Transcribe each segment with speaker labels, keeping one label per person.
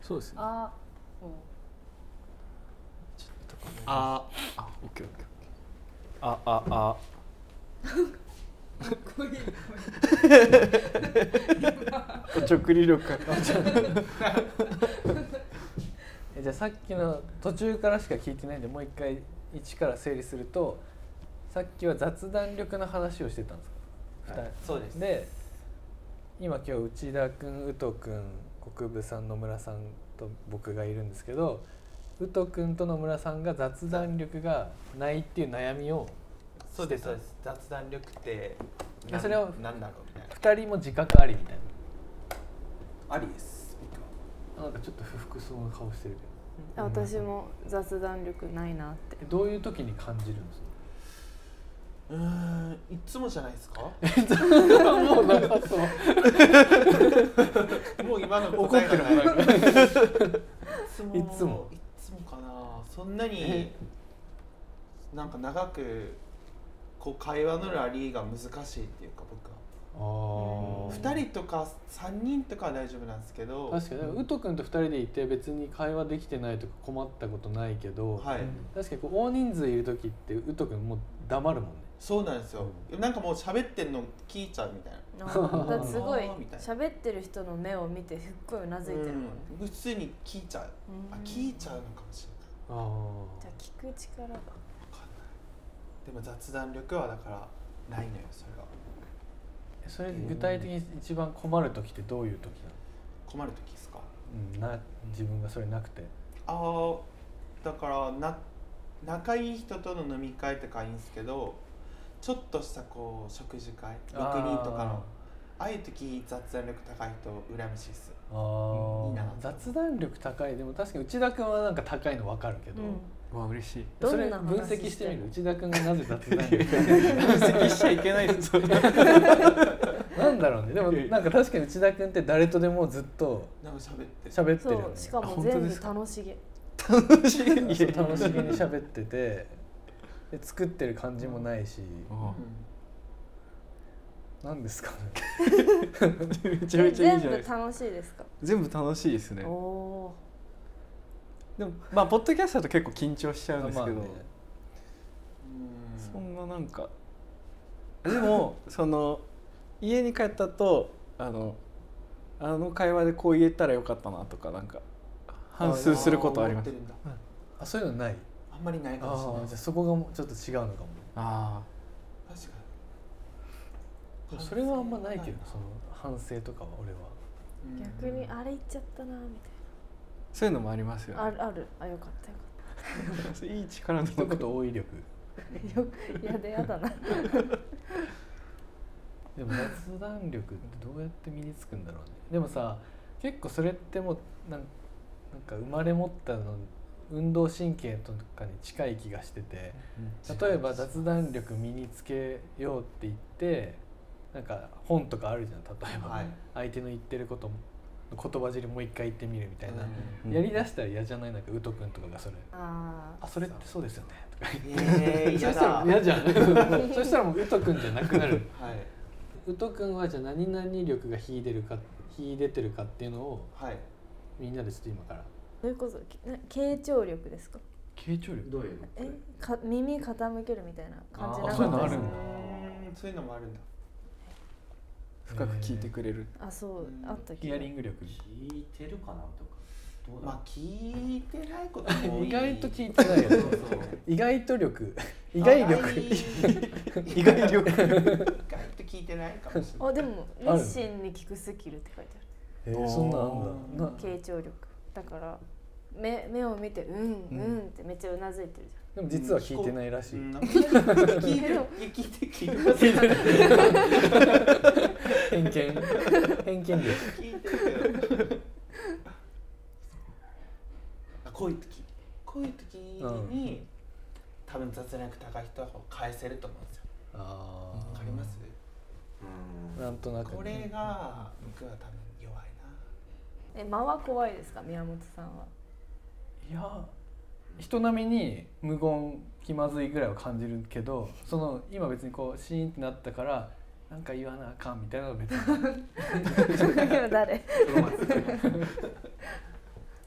Speaker 1: そうですね
Speaker 2: あうん
Speaker 1: ちょっとごめんなさい
Speaker 3: あ
Speaker 1: あオッケーオッケーオッケーあああ
Speaker 2: かっこいい声
Speaker 1: おちょくり力が
Speaker 3: えじゃあさっきの途中からしか聞いてないんでもう一回一から整理するとさっきは雑談力の話をしてたんですか、
Speaker 1: はい
Speaker 4: そうです
Speaker 3: で今今日内田君宇都君国分さん野村さんと僕がいるんですけど宇都君と野村さんが雑談力がないっていう悩みを
Speaker 4: そうですそうです雑談力って
Speaker 3: いや
Speaker 4: なん
Speaker 3: それを
Speaker 4: なんだろうみたい
Speaker 3: 2人も自覚ありみたい
Speaker 4: なありです僕は
Speaker 3: ななんかちょっと不服そうな顔してるけ
Speaker 5: 私も雑談力ないなって
Speaker 3: どどういう時に感じるんですか
Speaker 4: うーんいつもじゃないですか
Speaker 3: もうなさそう
Speaker 4: もう今の答えがない
Speaker 3: 怒っ
Speaker 4: いつも
Speaker 3: いつも
Speaker 4: いつもかなそんなになんか長くこう会話のラリーが難しいっていうか僕は
Speaker 3: あ
Speaker 4: 2人とか3人とかは大丈夫なんですけど
Speaker 3: 確かに、うとくんと2人でいて別に会話できてないとか困ったことないけど、
Speaker 4: はい、
Speaker 3: 確かにこう大人数いる時ってうとくんもう黙るもんね
Speaker 4: そうなんですよ、なんかもう喋ってんの聞いちゃうみたいな
Speaker 5: あーだってすごい
Speaker 4: あーみたいな
Speaker 5: 喋ってる人の目を見てすっごいうなずいてるもんね、
Speaker 4: うん普通に聞いちゃう、
Speaker 5: う
Speaker 4: あ
Speaker 5: ん
Speaker 4: 聞いちゃうのかもしれない
Speaker 3: ああ
Speaker 5: じゃあ聞く力が
Speaker 4: でも雑談力はだからないのよそれが
Speaker 3: それ具体的に一番困る時ってどういう時
Speaker 4: 困る時ですか
Speaker 3: なの、うん、な自分がそれなくて
Speaker 4: ああだからな仲いい人との飲み会とかいいんですけどちょっとしたこう食事会
Speaker 3: あ
Speaker 4: 六
Speaker 3: ー
Speaker 4: 人とかのああいう時雑談力高い人羨ましいです
Speaker 3: あー
Speaker 4: いいな
Speaker 3: 雑談力高いでも確かに内田君はなんか高いの分かるけど、
Speaker 1: わ嬉しい
Speaker 3: それ
Speaker 5: どんな
Speaker 3: 分
Speaker 5: 話
Speaker 3: 析してみる
Speaker 5: して
Speaker 3: 内田君がなぜ雑談力 高いのか
Speaker 1: 分析しちゃいけないです
Speaker 3: なんだろうねでもなんか確かに内田君って誰とでもずっと
Speaker 4: なんか喋って
Speaker 3: 喋って
Speaker 5: そ
Speaker 3: るよね
Speaker 5: うしか
Speaker 1: あ
Speaker 5: も
Speaker 1: 本当
Speaker 5: 全
Speaker 1: で
Speaker 5: 部
Speaker 1: すか
Speaker 5: 楽しげ
Speaker 3: そう楽しげに喋っててで作ってる感じもないし
Speaker 1: あ
Speaker 3: 何ですかね
Speaker 1: めちゃ
Speaker 5: え
Speaker 1: めちゃいい
Speaker 5: 全
Speaker 1: じゃ
Speaker 5: 部
Speaker 1: ないですか
Speaker 5: 楽しいですか
Speaker 1: 全部楽しいですね
Speaker 5: おお
Speaker 1: でもまあポッドキャストだと結構緊張しちゃうんですけど、
Speaker 3: まあね
Speaker 4: うん
Speaker 1: そんななんかでもその家に帰ったとあのあの会話でこう言えたらよかったなとかなんか反
Speaker 3: 通
Speaker 1: 芻することはあります
Speaker 4: あー思ってるんだ
Speaker 3: あそういうのない
Speaker 4: あんまりないか
Speaker 3: あ
Speaker 4: もしれな
Speaker 3: あ
Speaker 4: い
Speaker 3: じゃあそこがもうちょっと違うのかも
Speaker 1: あ
Speaker 4: 確か
Speaker 3: で
Speaker 4: に
Speaker 3: もそれはあんまないけどその反省とかは俺は
Speaker 4: うん
Speaker 5: 逆にあれ言っちゃったなみ
Speaker 1: あそういうのもあります
Speaker 5: た
Speaker 1: よ
Speaker 5: いなあ
Speaker 1: ね
Speaker 5: るあるあよかったよ
Speaker 1: いい力の
Speaker 3: 一言多い力
Speaker 5: か ったよやでやだな
Speaker 3: でも雑談力ってどうやって身につくんだろうねでもさ結構それってもうなんなんか生まれ持ったの運動神経とかに近い気がしてて、例えば雑談力身につけようって言ってなんか本とかあるじゃん例えば、
Speaker 4: はい
Speaker 3: 相手の言ってることの言葉尻もう一回言ってみるみたいな、
Speaker 1: うん
Speaker 3: やりだしたら嫌じゃないなんかウト君とかがそれ「
Speaker 5: あ
Speaker 3: あそれってそうですよね」とか言って
Speaker 4: ええー、
Speaker 3: そ
Speaker 4: や
Speaker 3: した
Speaker 4: だ
Speaker 3: ら
Speaker 4: はい
Speaker 3: 嫌じゃん そしたらもうウト君じゃなくなるウト君はじゃあ何々力が秀でるか秀でてるかっていうのを
Speaker 4: はい
Speaker 3: みんなでちょっと今から
Speaker 5: ーどういうことけな傾聴力ですか
Speaker 1: 傾聴力
Speaker 3: どういう
Speaker 5: えか耳傾けるみたいな感じな
Speaker 3: あ
Speaker 5: かった
Speaker 1: あ
Speaker 5: です
Speaker 1: そういうのあるん
Speaker 4: うー
Speaker 1: だ
Speaker 4: んそういうのもあるんだ
Speaker 1: 深く聞いてくれる
Speaker 5: あそ
Speaker 4: う
Speaker 5: う
Speaker 4: ん
Speaker 5: あった
Speaker 3: ヒアリン
Speaker 5: グ
Speaker 3: グ力
Speaker 6: 聞いてるかなとかどうだ
Speaker 4: まあ聞いてないことも多い
Speaker 3: 意外と聞いてないよね
Speaker 4: そうそう
Speaker 3: 意外と力意外
Speaker 4: あ
Speaker 3: 力
Speaker 4: 意外力意外と聞いてないかもしれない
Speaker 5: あでも
Speaker 3: ある
Speaker 5: 熱心に聞くスキルって書いてある
Speaker 3: えーそんなんあんだな
Speaker 5: 傾聴力だから目目を見てうん
Speaker 1: うん
Speaker 5: うんってめっちゃうなずいてるじ
Speaker 3: でも実は聞いてないらし
Speaker 4: う
Speaker 3: い、
Speaker 4: ん聞いてる聞いて聞いてます聞いてる
Speaker 3: 偏 見偏見で
Speaker 4: けどあこういう時こういう時に、多分雑力高い人はこう返せると思うんですよ
Speaker 3: あ
Speaker 4: わかります
Speaker 3: あなんとなくね、
Speaker 4: これが僕は多分弱い
Speaker 5: ゃんえ間は怖いですか宮本さんはい
Speaker 3: や人並みに無言気まずいぐらいは感じるけどその今別にこうシーンってなったからなんか言わなあかんみ たいなのは別に
Speaker 5: 今誰
Speaker 4: な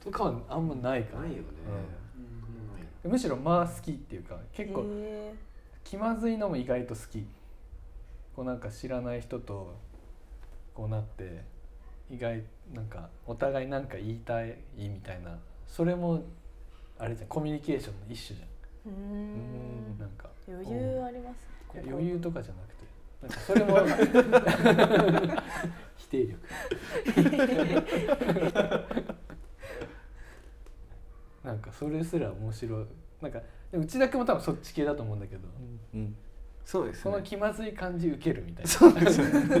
Speaker 3: とかはあんまないか
Speaker 6: な
Speaker 3: ら
Speaker 6: いよね、
Speaker 4: うん
Speaker 6: ない
Speaker 3: むしろまあ好きっていうか結構
Speaker 5: え
Speaker 3: 気まずいのも意外と好きこうなんか知らない人とこうなって意外なんかお互いなんか言いたいみたいなそれもあれじゃんコミュニケーションの一種じ
Speaker 5: ー、う
Speaker 3: ゃ
Speaker 5: ー
Speaker 3: ん
Speaker 5: ん
Speaker 3: なんか
Speaker 5: 余裕あります
Speaker 3: いや
Speaker 5: ここ
Speaker 3: 余裕とかじゃなくてなんかそれも 否定力 なんかそれすら面白いなんかでも内田君も多分そっち系だと思うんだけど、
Speaker 1: うん、そうです
Speaker 3: その
Speaker 1: ね
Speaker 3: 気まずい感じ受けるみたいな
Speaker 1: そうです よね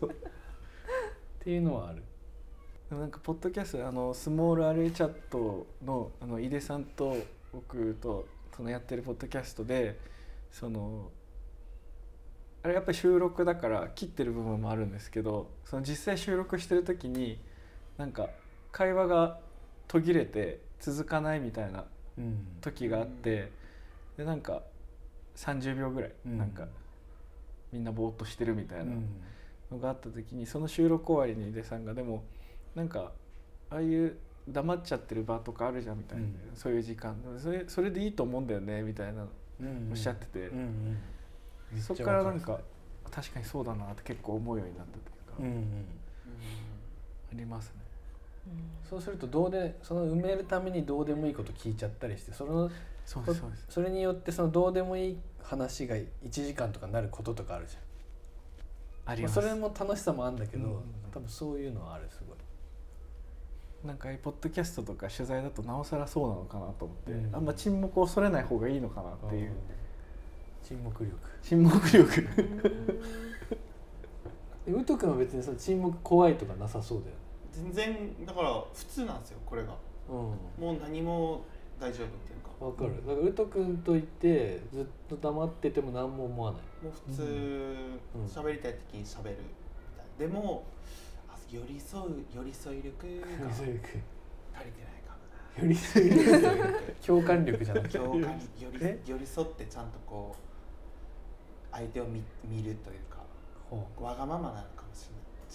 Speaker 1: そう
Speaker 3: っていうのはある
Speaker 1: でもなんかポッドキャストあのスモール RA チャットのあの井出さんと僕とそのやってるポッドキャストでそのあれやっぱり収録だから切ってる部分もあるんですけどその実際収録してる時になんか会話が途切れて続かないみたいな
Speaker 3: うん
Speaker 1: 時があって、でなんか30秒ぐらい、
Speaker 3: うん
Speaker 1: なんかみんなぼーっとしてるみたいな。
Speaker 3: うん
Speaker 1: のがあった時にその収録終わりに井出さんがでもなんかああいう黙っちゃってる場とかあるじゃんみたいな、
Speaker 3: うん
Speaker 1: そういう時間それそれでいいと思うんだよねみたいなの
Speaker 3: うん
Speaker 1: おっしゃってて、
Speaker 3: うんうんめっちゃ
Speaker 1: そっからなん
Speaker 3: わ
Speaker 1: か
Speaker 3: る
Speaker 1: 確かにそうだなって結構思うようになったというか、
Speaker 3: うんうん
Speaker 1: ありますね。
Speaker 3: そうするとどうでその埋めるためにどうでもいいこと聞いちゃったりしてその
Speaker 1: そうですそうです
Speaker 3: それによってそのどうでもいい話が1時間とかなることとかあるじ
Speaker 1: あ
Speaker 3: ゃん
Speaker 1: ります
Speaker 3: それも楽しさもあるんだけど、
Speaker 1: うんうんうん
Speaker 3: 多分そういうのはあるすごい
Speaker 1: なんかああいうポッドキャストとか取材だとなおさらそうなのかなと思って、
Speaker 3: うん
Speaker 1: あんま沈黙を恐れない方がいいのかなっていう、
Speaker 3: ん沈黙力
Speaker 1: 沈黙力
Speaker 3: でウト君は別にその沈黙怖いとかなさそうだよね
Speaker 4: 全然だから普通なんですよこれが
Speaker 3: う
Speaker 4: もう何も大丈夫っていうか
Speaker 3: んわかるだからウト君といてずっと黙ってても何も思わない
Speaker 4: もう普通
Speaker 3: うん
Speaker 4: 喋りたい時に喋るみたいなでもあ寄り添う寄り添い力が
Speaker 3: 寄り
Speaker 4: 足
Speaker 3: 添
Speaker 4: り
Speaker 3: い
Speaker 4: て
Speaker 3: 力
Speaker 4: ないかもな
Speaker 3: 寄り添い力
Speaker 4: 寄り添い力
Speaker 3: 共感力じ ゃなくて
Speaker 4: 共感寄り
Speaker 3: え
Speaker 4: 寄り添ってちゃんとこう相手を見見るというか
Speaker 3: ほ
Speaker 4: わがままなのかもし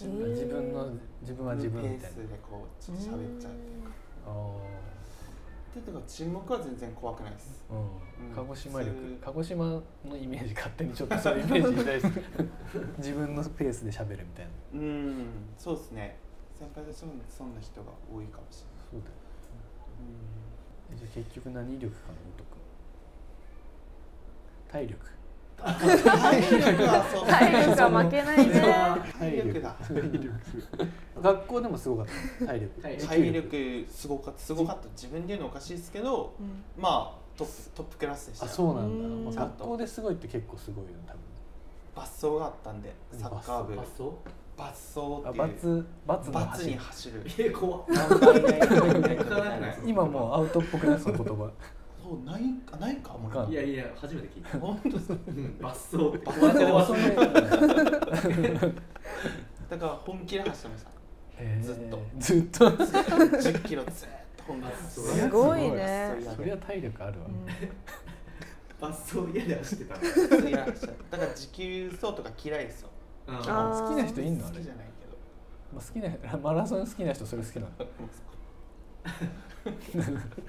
Speaker 3: う
Speaker 4: れない
Speaker 3: 自分の自分は自
Speaker 4: 自
Speaker 3: 分
Speaker 4: 分のペ
Speaker 3: み
Speaker 4: ー
Speaker 3: たい
Speaker 4: ス
Speaker 3: な
Speaker 4: でこうちょっと喋っちゃうっていうか
Speaker 3: あー
Speaker 4: っていうか沈黙は全然怖くないです
Speaker 3: うん
Speaker 4: うん
Speaker 3: 鹿児島
Speaker 4: そうい
Speaker 3: 力
Speaker 4: う
Speaker 3: 鹿児島のイメージ勝手にちょっとそういうイメージに対して自分のペースで喋るみたいな
Speaker 4: うんそうですね先輩としてもそんな人が多いかもし
Speaker 3: そうだよ
Speaker 4: れない、
Speaker 3: えじゃあ結局何力かなウト君体力
Speaker 4: 体力はそう
Speaker 5: 体力は負けない
Speaker 4: それ
Speaker 5: ね
Speaker 4: は体力だ
Speaker 3: 学校でもすごかった体力
Speaker 6: 体
Speaker 4: 体力すごかったすごかった自分で言うのおかしいですけどまあトップトップクラスでした
Speaker 3: あ
Speaker 4: よ
Speaker 3: そうな
Speaker 5: うんん
Speaker 3: だ、まあ、学校ですごいって結構すごいよね多分
Speaker 4: 抜走があったんでサッカー部
Speaker 6: あ
Speaker 4: 抜
Speaker 6: そ
Speaker 4: 走
Speaker 3: あ
Speaker 4: っていう
Speaker 3: 罰罰の
Speaker 4: 罰
Speaker 3: 走
Speaker 4: に
Speaker 3: り
Speaker 4: 走る
Speaker 6: うえ怖っ
Speaker 4: 何倍ない何倍ないない
Speaker 3: 今もうアウトっぽくないその言葉
Speaker 4: そうないあないかも
Speaker 3: わかん
Speaker 6: い
Speaker 4: な
Speaker 6: やいや初めて聞いた
Speaker 4: 本当ですか
Speaker 6: うん罰走って
Speaker 3: なんかでもその
Speaker 4: だから本気で 走ってました
Speaker 3: えー
Speaker 4: ずっと
Speaker 3: ずっと
Speaker 4: 10キロずっと本気で走って
Speaker 6: す
Speaker 5: すごい
Speaker 4: ま
Speaker 5: ね
Speaker 4: した
Speaker 3: そりゃ体力あるわ、
Speaker 6: 罰走嫌で走ってた
Speaker 4: そうやだから持久走とか嫌いですよ
Speaker 6: あ
Speaker 5: あ
Speaker 3: 好きな人いんの
Speaker 4: 好
Speaker 3: あれ
Speaker 4: きじゃないけど
Speaker 3: まあ、好きな 人マラソン好きな人それ好きな の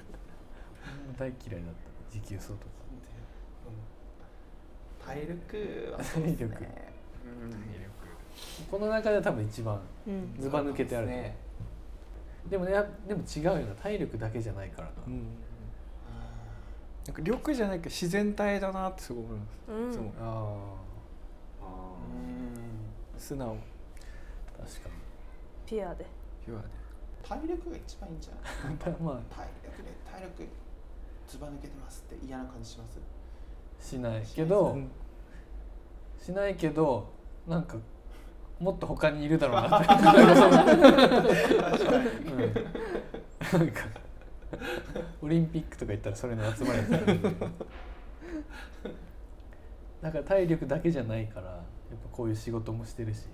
Speaker 3: 大嫌いだった持久走とか
Speaker 4: うん体力はそうです
Speaker 3: 体
Speaker 4: ね
Speaker 3: 力
Speaker 4: うん
Speaker 3: この中で多分一番
Speaker 5: うん
Speaker 3: ずば抜けてある
Speaker 4: そう
Speaker 3: で,、
Speaker 4: ですね
Speaker 3: もねでも違うよな体力だけじゃないからな、
Speaker 1: うんなんか力じゃないけど自然体だなってすごい思います、
Speaker 5: うん
Speaker 1: いつも
Speaker 3: あ
Speaker 6: あ
Speaker 4: うん
Speaker 1: 素直
Speaker 3: あ確か
Speaker 5: ピアで
Speaker 1: ピュアで
Speaker 4: 体力が一番いいんじゃない
Speaker 3: に たまあ
Speaker 4: 体力で体力ずば抜けてますって嫌な感じします
Speaker 3: しないけど、
Speaker 1: うん
Speaker 3: しないけどなんかもっと他にいるだろうなって
Speaker 4: 確かに
Speaker 3: うんなんかオリンピックとか行ったらそれの集まりになるだから体力だけじゃないからやっぱこういう仕事もしてるし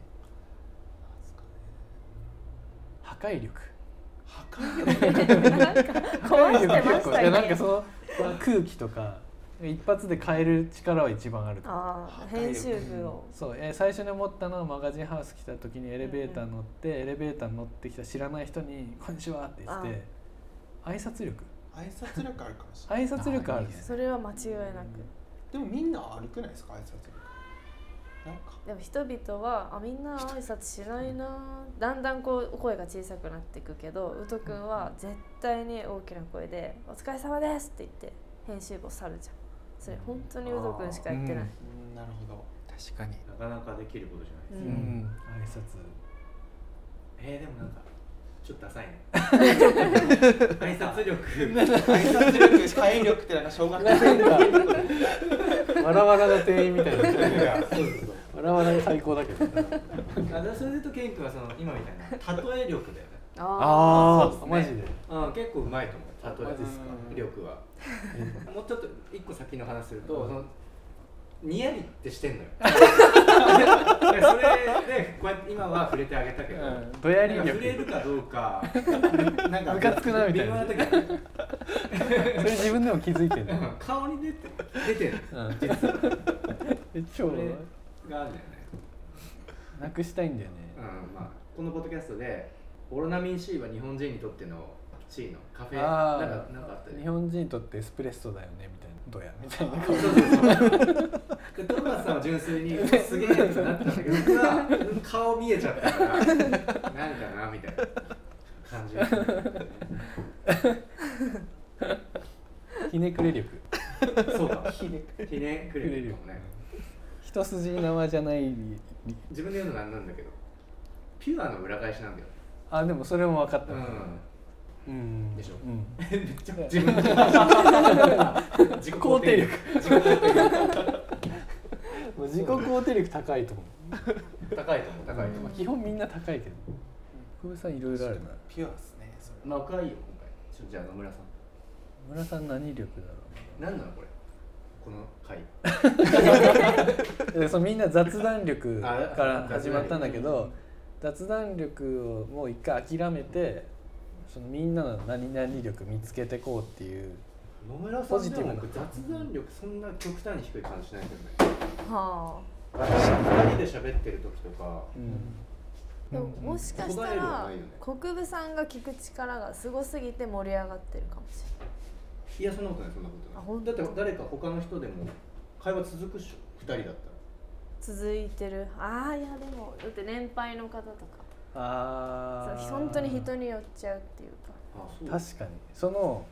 Speaker 3: 破壊力
Speaker 4: 破壊力
Speaker 5: 壊してま
Speaker 3: 結
Speaker 5: し
Speaker 3: 構
Speaker 5: た
Speaker 3: いやなんか
Speaker 5: ね
Speaker 3: その空気とか一発で変える力は一番あると
Speaker 5: ああ編集部を
Speaker 3: そう、えー最初に思ったのはマガジンハウス来た時にエレベーター乗って、エレベーターに乗ってきた知らない人に「こんにちは」って言って挨拶力
Speaker 4: 挨拶力あるかもしれない
Speaker 3: 挨拶力あるん
Speaker 6: あいい
Speaker 3: で
Speaker 6: ね
Speaker 3: す
Speaker 5: それは間違いなく
Speaker 4: でもみんな歩くないですか挨拶力なんか
Speaker 5: でも人々はあみんな挨拶しないなだんだんこう声が小さくなっていくけどウト君は絶対に大きな声で「お疲れ様です」って言って編集部を去るじゃんそれ本当にウト君しか言ってない、
Speaker 4: うんなるほど
Speaker 1: 確かに
Speaker 6: なかなかできることじゃないです、
Speaker 5: う
Speaker 3: うんん、挨拶
Speaker 6: えー、でもなんかちょっとダサいね挨拶力挨
Speaker 4: 挨拶力会力ってなんか小学
Speaker 3: な
Speaker 4: 生
Speaker 3: んかわらわらの店員みた いな
Speaker 6: そうそうそう
Speaker 3: わらわらが最高だけど
Speaker 6: あだからそれで言うとケン君はその今みたいな例え力だよね
Speaker 5: あ
Speaker 3: あ
Speaker 6: ー
Speaker 3: あマジで
Speaker 6: うん、結構うまいと思う例
Speaker 3: マジっすか
Speaker 6: え力は もうちょっと一個先の話すると、そのにやりってして んのよだからそれでこうやって今は触れてあげたけど、
Speaker 3: うんどやり
Speaker 6: なんか触れる
Speaker 3: 力
Speaker 6: かどうかなんか
Speaker 3: ムカつくなみたいな
Speaker 6: 微妙な時ある
Speaker 3: それ自分でも気づいてる
Speaker 6: うん顔に出て出てる
Speaker 3: うん
Speaker 6: 実は
Speaker 3: え超
Speaker 6: それがあるんだよね、
Speaker 3: なくしたいんだよね
Speaker 6: うんまあ、このポッドキャストでオロナミン C は日本人にとっての C のカフェ
Speaker 3: あ
Speaker 6: なん
Speaker 3: ー
Speaker 6: かなんかあったよね
Speaker 3: 日本人にとってエスプレッソだよねみたいなどうやみたいな
Speaker 6: そうそうそうでトマスさんは純粋にすげえってなったんだけど僕は顔見えちゃったからなんかなみたいな感じだった
Speaker 3: ひねくれ力
Speaker 6: そうかひねひねくれるかもね
Speaker 3: 一筋縄じゃない
Speaker 6: 自分で言うのなんなんだけどピュアの裏返しなんだよ
Speaker 3: あでもそれも分かった
Speaker 6: う
Speaker 3: うん
Speaker 6: でしょ
Speaker 3: うん
Speaker 6: んめっちゃ自分自己肯定力自己肯定力
Speaker 3: もう自己肯定力高いと思う
Speaker 6: 高いと思う高い
Speaker 3: ま
Speaker 6: と思
Speaker 3: あ
Speaker 6: う
Speaker 3: 基本みんな高いけど福部さんいろいろあるな
Speaker 4: ピュアですねそれ
Speaker 6: まあ若いよ今回ちょじゃあ野村さん
Speaker 3: 村さん何力だろ
Speaker 6: 何なのこれこの回
Speaker 3: うなでそのみんな雑談力
Speaker 6: あ
Speaker 3: から始まったんだけ
Speaker 6: う
Speaker 3: ど
Speaker 6: ん
Speaker 3: 雑談力をもう一回諦めてそのみんなの何々力見つけてこうっていう
Speaker 6: 野村さ
Speaker 3: ポ
Speaker 6: ん
Speaker 3: ジ
Speaker 6: で
Speaker 3: ティブ
Speaker 6: も
Speaker 3: な
Speaker 6: 僕雑談力そんな極端に低い感じしないけどね
Speaker 5: あは
Speaker 6: 2人で喋ってる時とか
Speaker 5: あでももしかした
Speaker 6: 答えるのは
Speaker 5: ら
Speaker 6: ないよね
Speaker 5: 国分さんが聞く力がすごすぎて盛り上がってるかもしれない
Speaker 6: いやそんなことないそんなことない
Speaker 5: あほんと
Speaker 6: だって誰か他の人でも会話続くっしょ2人だったら
Speaker 5: 続いてるああいやでもだって年配の方
Speaker 3: あ
Speaker 5: とか
Speaker 3: あ
Speaker 5: そう本当に人によっちゃうっていうか
Speaker 6: あそう
Speaker 3: 確かにその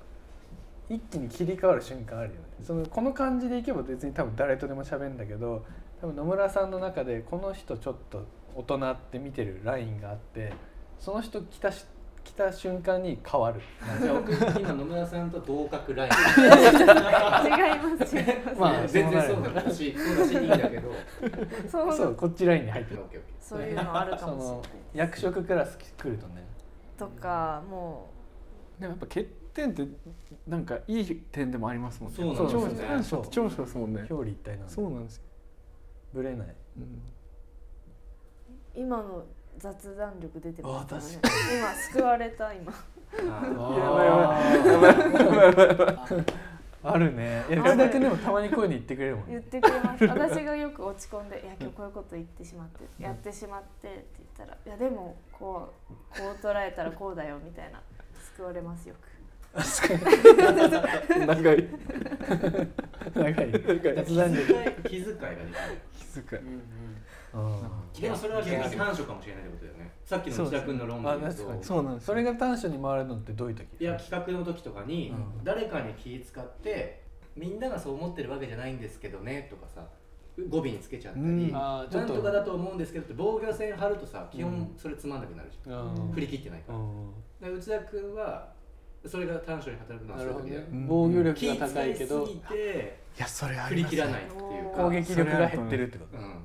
Speaker 3: 一気に切り替わる瞬間あるよねそのこの感じでいけば別に多分誰とでも喋るんだけど多分野村さんの中でこの人ちょっと大人って見てるラインがあってその人来たし来た瞬間に変わる
Speaker 6: じゃあ僕今野村さんと同格ライン
Speaker 5: 違います違いま す
Speaker 3: まあ
Speaker 6: 全然そう
Speaker 3: なる
Speaker 6: だしそうだしいいんだけ どオッ
Speaker 5: そう
Speaker 3: そ
Speaker 5: そうう
Speaker 3: こっちラインに入って
Speaker 6: ケー
Speaker 3: る
Speaker 6: オッケー
Speaker 5: いうのあるか
Speaker 3: そ
Speaker 5: も しれない
Speaker 3: の役職クラス来るとね
Speaker 5: とかも
Speaker 1: でもやっぱ欠点ってなんかいい点でもありますもんね
Speaker 6: そうなんですよね
Speaker 1: 長短所って長所ですもんね
Speaker 3: 表裏一体なんで
Speaker 1: そうなんですよ、
Speaker 3: ぶれない
Speaker 1: うん
Speaker 5: う今の雑談力出てますからね
Speaker 3: あ
Speaker 5: 今救われた今
Speaker 6: あ
Speaker 3: あるねいや
Speaker 5: ある
Speaker 3: 福田君でもたまにこういうの言ってくれるもん
Speaker 5: 言っ
Speaker 3: ね
Speaker 5: てくれます 私がよく落ち込んで「いや今日こういうこと言ってしまってやってしまって」って言ったら「いやでもこうこう捉えたらこうだよ」みたいな救われますよく
Speaker 1: 長い
Speaker 3: 長い雑談力
Speaker 6: 気遣い気遣いができる
Speaker 1: 気遣い
Speaker 4: うんうん
Speaker 3: うん
Speaker 6: でもそれは逆に短所かもしれないってことだよねさっきの内田君の論文だ
Speaker 3: そうですあ確か
Speaker 6: と
Speaker 3: に
Speaker 1: そうなんです
Speaker 3: そ
Speaker 1: よ
Speaker 3: れが短所に回るのってどういう時
Speaker 6: いや企画の時とかに、
Speaker 3: うん
Speaker 6: 誰かに気使ってみんながそう思ってるわけじゃないんですけどねとかさ語尾につけちゃったり、
Speaker 1: うん
Speaker 6: な
Speaker 3: あーちょっ
Speaker 6: ん
Speaker 3: と
Speaker 6: とかだと思うんですけどって防御線張るとさ基
Speaker 3: う
Speaker 6: 本
Speaker 3: ん
Speaker 6: それつまんなくなるじゃん、
Speaker 3: うん
Speaker 6: 振り切ってないか
Speaker 3: うん
Speaker 6: らで内田君はそれが短所に働くの
Speaker 3: な
Speaker 6: はそうい
Speaker 3: るほど
Speaker 6: う時だよ、
Speaker 3: ね
Speaker 1: うん
Speaker 3: 防御力
Speaker 6: 気
Speaker 3: が
Speaker 6: 遣
Speaker 3: 高い
Speaker 6: い
Speaker 3: け
Speaker 6: す
Speaker 3: ど
Speaker 6: ぎて
Speaker 1: いやそれあ
Speaker 6: 振
Speaker 1: り
Speaker 6: り
Speaker 1: ます
Speaker 6: 切
Speaker 1: ね
Speaker 6: らないっていうか
Speaker 3: 攻撃力が減ってるってこ
Speaker 6: う
Speaker 3: と
Speaker 6: ん、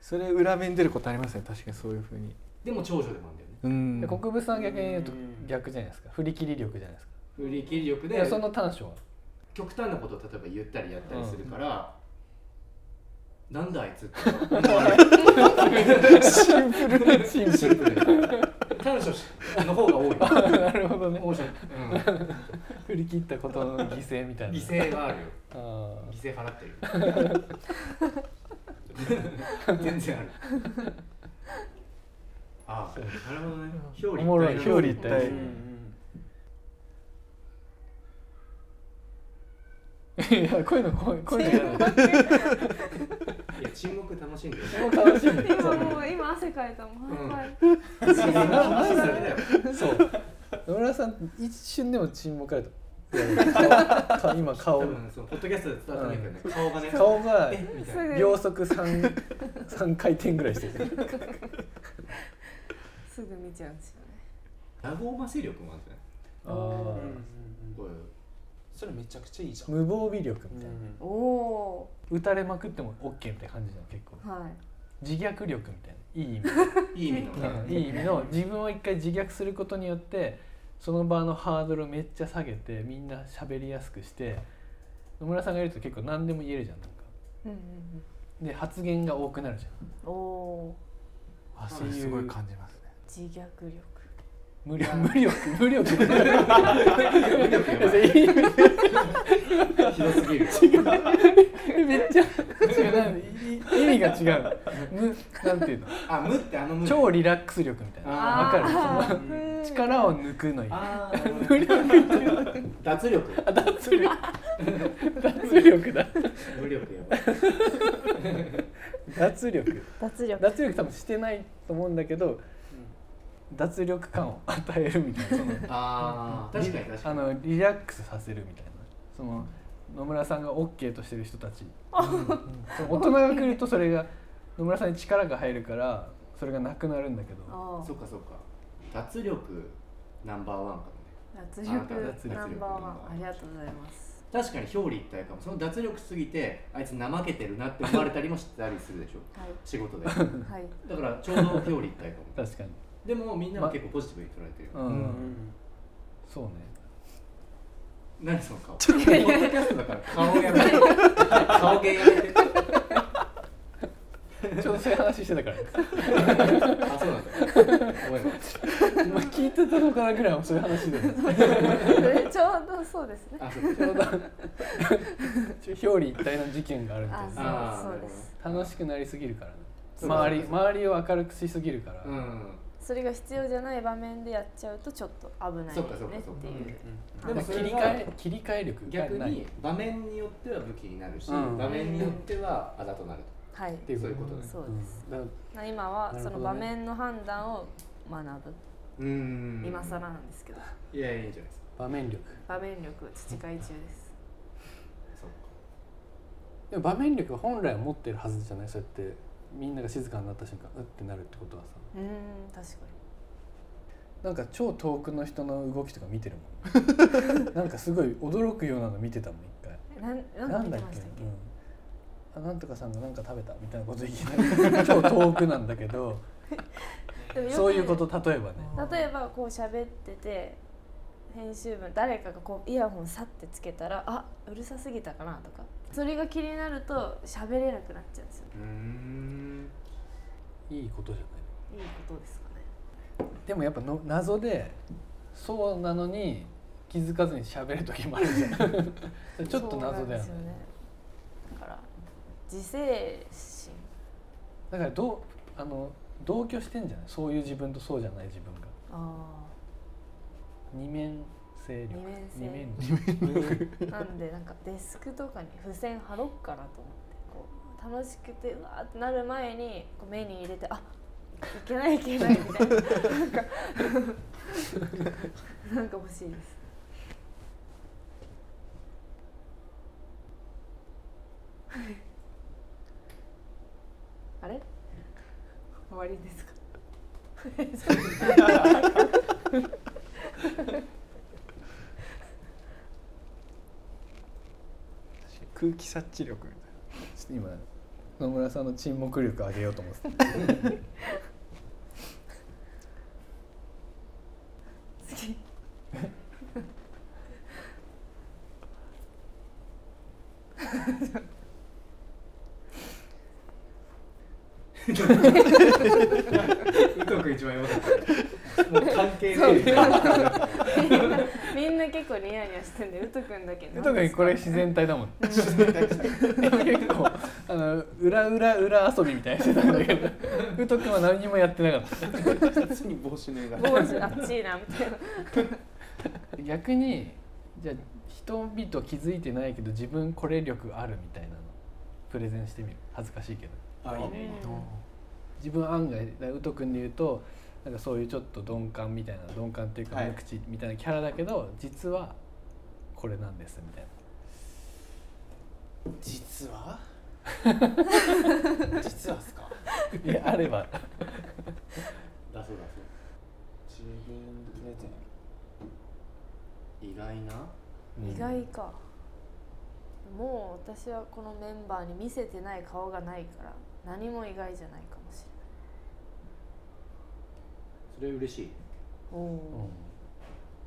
Speaker 1: それ裏面出ることありますね確かにそういうふうに
Speaker 6: でも長所でもあるんだよね
Speaker 1: うん
Speaker 3: で国分さんは逆に言うと
Speaker 4: うん
Speaker 3: 逆じゃないですか振り切り力じゃないですか
Speaker 6: 振り切り力
Speaker 3: で
Speaker 6: で
Speaker 3: その短所は
Speaker 6: 極端なことを例えば言ったりやったりするから、なんだあいつって思われる
Speaker 3: シンプル
Speaker 6: 短所の方が 多いよ
Speaker 3: なるほどね
Speaker 6: 多いしうん
Speaker 3: 振り切ったことの犠牲みたいな
Speaker 6: 犠牲はあるよ
Speaker 3: あー
Speaker 6: 犠牲払ってる全然あるあなるほどね表裏一体
Speaker 3: おもろい表裏一
Speaker 1: 体
Speaker 4: うん
Speaker 3: いやこういうの怖いこういうの嫌だよ
Speaker 6: いや沈黙楽しんでる
Speaker 3: これ楽しいね
Speaker 5: 今もう今汗かいたもん、
Speaker 6: うん
Speaker 5: はい
Speaker 6: 沈黙 楽しんでるだよ
Speaker 3: そう野村さん一瞬でも沈黙あると顔今
Speaker 6: 多
Speaker 3: 顔
Speaker 6: 分そうポッドキャストで伝わってないけどね顔がね
Speaker 3: 顔が
Speaker 6: えみたいな
Speaker 5: すぐ
Speaker 3: 秒速三三回転ぐらいしてる
Speaker 5: すぐ見ちゃうんですよね
Speaker 6: ラゴーマ勢力もあるんじゃ
Speaker 3: あ
Speaker 4: う
Speaker 6: ない
Speaker 4: んうんう
Speaker 3: ー
Speaker 4: ん
Speaker 6: こういう
Speaker 4: それめちゃくちゃいいじゃん、
Speaker 3: 無防備力みたいな、
Speaker 4: う
Speaker 5: おお
Speaker 3: 打たれまくっても OK みたいな感じじゃん結構
Speaker 5: ーはい
Speaker 3: 自虐力みたいないい意味
Speaker 6: いい意味のね
Speaker 3: の、いい意味の自分を一回自虐することによってその場のハードルをめっちゃ下げてみんな喋りやすくして野村さんがいると結構何でも言えるじゃんなんか
Speaker 5: うんうん
Speaker 3: で発言が多くなるじ
Speaker 5: うんおお
Speaker 3: ゃんあ
Speaker 1: それすごい感じますね
Speaker 5: ー自虐力
Speaker 3: 無力無力無力無力
Speaker 6: 無力よひどすぎる
Speaker 3: めっちゃ違うなん意味が違う無なんていうの
Speaker 6: あ無ってあの無
Speaker 3: 超リラックス力みたいなわかる
Speaker 5: あ
Speaker 3: そ
Speaker 5: ー
Speaker 6: う
Speaker 3: の力を抜くのに
Speaker 6: あー無力脱力
Speaker 3: 脱力脱力だ
Speaker 6: 無力やばい
Speaker 3: 脱力
Speaker 5: 脱力
Speaker 3: 脱力多分してないと思うんだけど脱力感を与えるみたいなその
Speaker 6: あー確かに確か
Speaker 3: あ
Speaker 6: に
Speaker 3: のリラックスさせるみたいなその野村さんが OK としてる人たちその大人が来るとそれが野村さんに力が入るからそれがなくなるんだけど
Speaker 5: あ
Speaker 6: そっ
Speaker 5: ー
Speaker 6: かそっか脱力ナンバーワンかもね
Speaker 5: 脱
Speaker 6: あなた脱
Speaker 5: 力
Speaker 6: 力
Speaker 5: ナンバーワン
Speaker 6: ナンバーワン
Speaker 5: ありがとうございます
Speaker 6: 確かに表裏一体かもその脱力しすぎてあいつ怠けてるなって思われたりもしたりするでしょ
Speaker 5: はい
Speaker 6: 仕事で
Speaker 5: はい
Speaker 6: だからちょうど表裏一体かも
Speaker 3: 確かに
Speaker 6: でもみんなは結構ポジティブに捉えてる、
Speaker 3: うん、
Speaker 4: ん
Speaker 3: そうね
Speaker 6: 何その顔ちょっとポッドキャストだから顔やめて顔芸やめて
Speaker 3: ちょうどそういう話してたから
Speaker 6: あそうなんだごめんごめん
Speaker 3: 今聞いてたのかなぐらいはそういう話で
Speaker 5: ちょうど そうですね
Speaker 6: あそう
Speaker 3: ちょうどちょ表裏一体の事件があるみたいな
Speaker 6: あ
Speaker 5: あ
Speaker 6: ー
Speaker 5: そうそ
Speaker 6: なる
Speaker 5: う
Speaker 6: ほど
Speaker 5: で
Speaker 6: ね
Speaker 5: す
Speaker 3: 楽しくなりすぎるからね
Speaker 6: そう
Speaker 3: 周り
Speaker 6: そう
Speaker 3: 周りを明るくしすぎるから、
Speaker 6: うん
Speaker 5: それが必要じゃない場面でやっちゃうとちょっと危ない
Speaker 6: そ
Speaker 5: よ
Speaker 6: っかそっか
Speaker 5: ね
Speaker 6: そっ
Speaker 5: っ
Speaker 6: か
Speaker 5: ていう
Speaker 6: でもそ
Speaker 3: 切
Speaker 6: れ
Speaker 3: り
Speaker 6: が
Speaker 3: 替え切り替え力が
Speaker 6: 逆
Speaker 3: ない
Speaker 6: に場面によっては武器になるし、
Speaker 3: うん
Speaker 6: 場面によってはあざとなる
Speaker 5: はい
Speaker 3: っていう
Speaker 6: そういうことね
Speaker 5: そうです
Speaker 3: だ
Speaker 5: な今は
Speaker 3: なる
Speaker 5: そ
Speaker 3: ほどね
Speaker 5: の場面の判断を学ぶ
Speaker 6: うーん
Speaker 5: 今更なんですけど
Speaker 6: いやいいんじゃないですか
Speaker 3: 場面力
Speaker 5: 場面力培い中です
Speaker 6: そうか
Speaker 3: でも場面力は本来は持ってるはずじゃないそうやってみんなが静かになった瞬間うってなるってことはさ
Speaker 5: うーん確か
Speaker 3: なんか超遠くの人の動きとか見てるも んなんかすごい驚くようなの見てたもん一回
Speaker 5: になん
Speaker 3: な
Speaker 5: なんん
Speaker 3: だ
Speaker 5: か
Speaker 3: っ
Speaker 5: 見
Speaker 3: け
Speaker 5: てましたっけ
Speaker 3: うん、あなんとかさんがなんか食べたみたいなこと言いながら超遠くなんだけど
Speaker 5: でもよく
Speaker 3: そういうこと例えばね
Speaker 5: 例えばこう喋ってて編集部誰かがこうイヤホンさってつけたらあうるさすぎたかなとかそれが気になると喋れなくなっちゃうんですよね
Speaker 6: うー ん
Speaker 3: いいことじゃない
Speaker 5: いいことですかね
Speaker 3: でもやっぱの謎でそうなのに気づかずに喋る時もある じゃんちょっと謎だよね
Speaker 5: そうなんですだから自制心
Speaker 3: だからどうあの同居してんじゃないそういう自分とそうじゃない自分が
Speaker 5: あ
Speaker 3: 二面性力
Speaker 5: 二面
Speaker 3: 二面力
Speaker 5: あなんでなんかデスクとかに付箋貼ろっかなと思ってこう楽しくてうわーってなる前にこう目に入れてあいけないいけないみたいななんかなんか欲しいですあれ終わりですか
Speaker 1: 空気察知力み たい
Speaker 3: ちょっと今野村さんの沈黙力上げようと思 ってた
Speaker 5: 次
Speaker 6: うとく一番良かったもう関係ない
Speaker 5: みんな結構ニヤニヤしてんで、うとくんだけなんですか。
Speaker 3: 特にこれ自然体だもん結構あの裏裏裏遊びみたいにしてたんだけ ど宇都君は何にもやってなかった
Speaker 4: 普通に帽子脱いだ
Speaker 5: 帽子あっちいなみたいな。
Speaker 3: 逆にじゃあ人々気づいてないけど自分これ力あるみたいなのプレゼンしてみる恥ずかしいけど
Speaker 4: あいいね
Speaker 3: 自分案外だウト君で言うとなんかそういうちょっと鈍感みたいな鈍感っていうか
Speaker 4: はい
Speaker 3: 無口みたいなキャラだけど、実はこれなんですみたいな
Speaker 4: 実 は実はっすか
Speaker 3: いやあれば
Speaker 6: だそうだそう
Speaker 4: 自分でプレゼン
Speaker 6: 意外な
Speaker 5: 意外かもう私はこのメンバーに見せてない顔がないから何も意外じゃないかもし
Speaker 6: それ嬉しい
Speaker 5: れな
Speaker 3: う
Speaker 5: いおお
Speaker 3: ん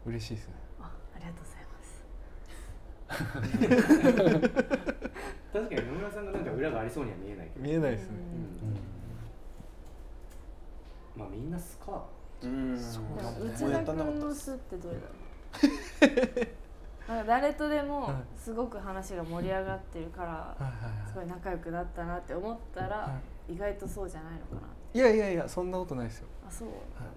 Speaker 1: 嬉しいですね
Speaker 5: あありがとうございます
Speaker 6: 確かに野村さんがなんか裏がありそうには見えないけど、
Speaker 1: 見えないですね
Speaker 6: う
Speaker 5: うん
Speaker 6: んまあみんなスカ
Speaker 4: うん
Speaker 5: でも
Speaker 4: もう
Speaker 5: 内
Speaker 4: や
Speaker 5: 田
Speaker 4: ったんなかっ
Speaker 5: 君
Speaker 4: たっ
Speaker 5: の
Speaker 4: す
Speaker 5: 巣ってどれだ ろうなんか誰とでもすごく話が盛り上がってるから
Speaker 1: はいはい
Speaker 5: すご
Speaker 1: は
Speaker 5: い仲良くなったなって思ったら
Speaker 1: は
Speaker 5: 意外とそうじゃないのかない
Speaker 1: いやいやいやそんなことないですよ
Speaker 5: あそう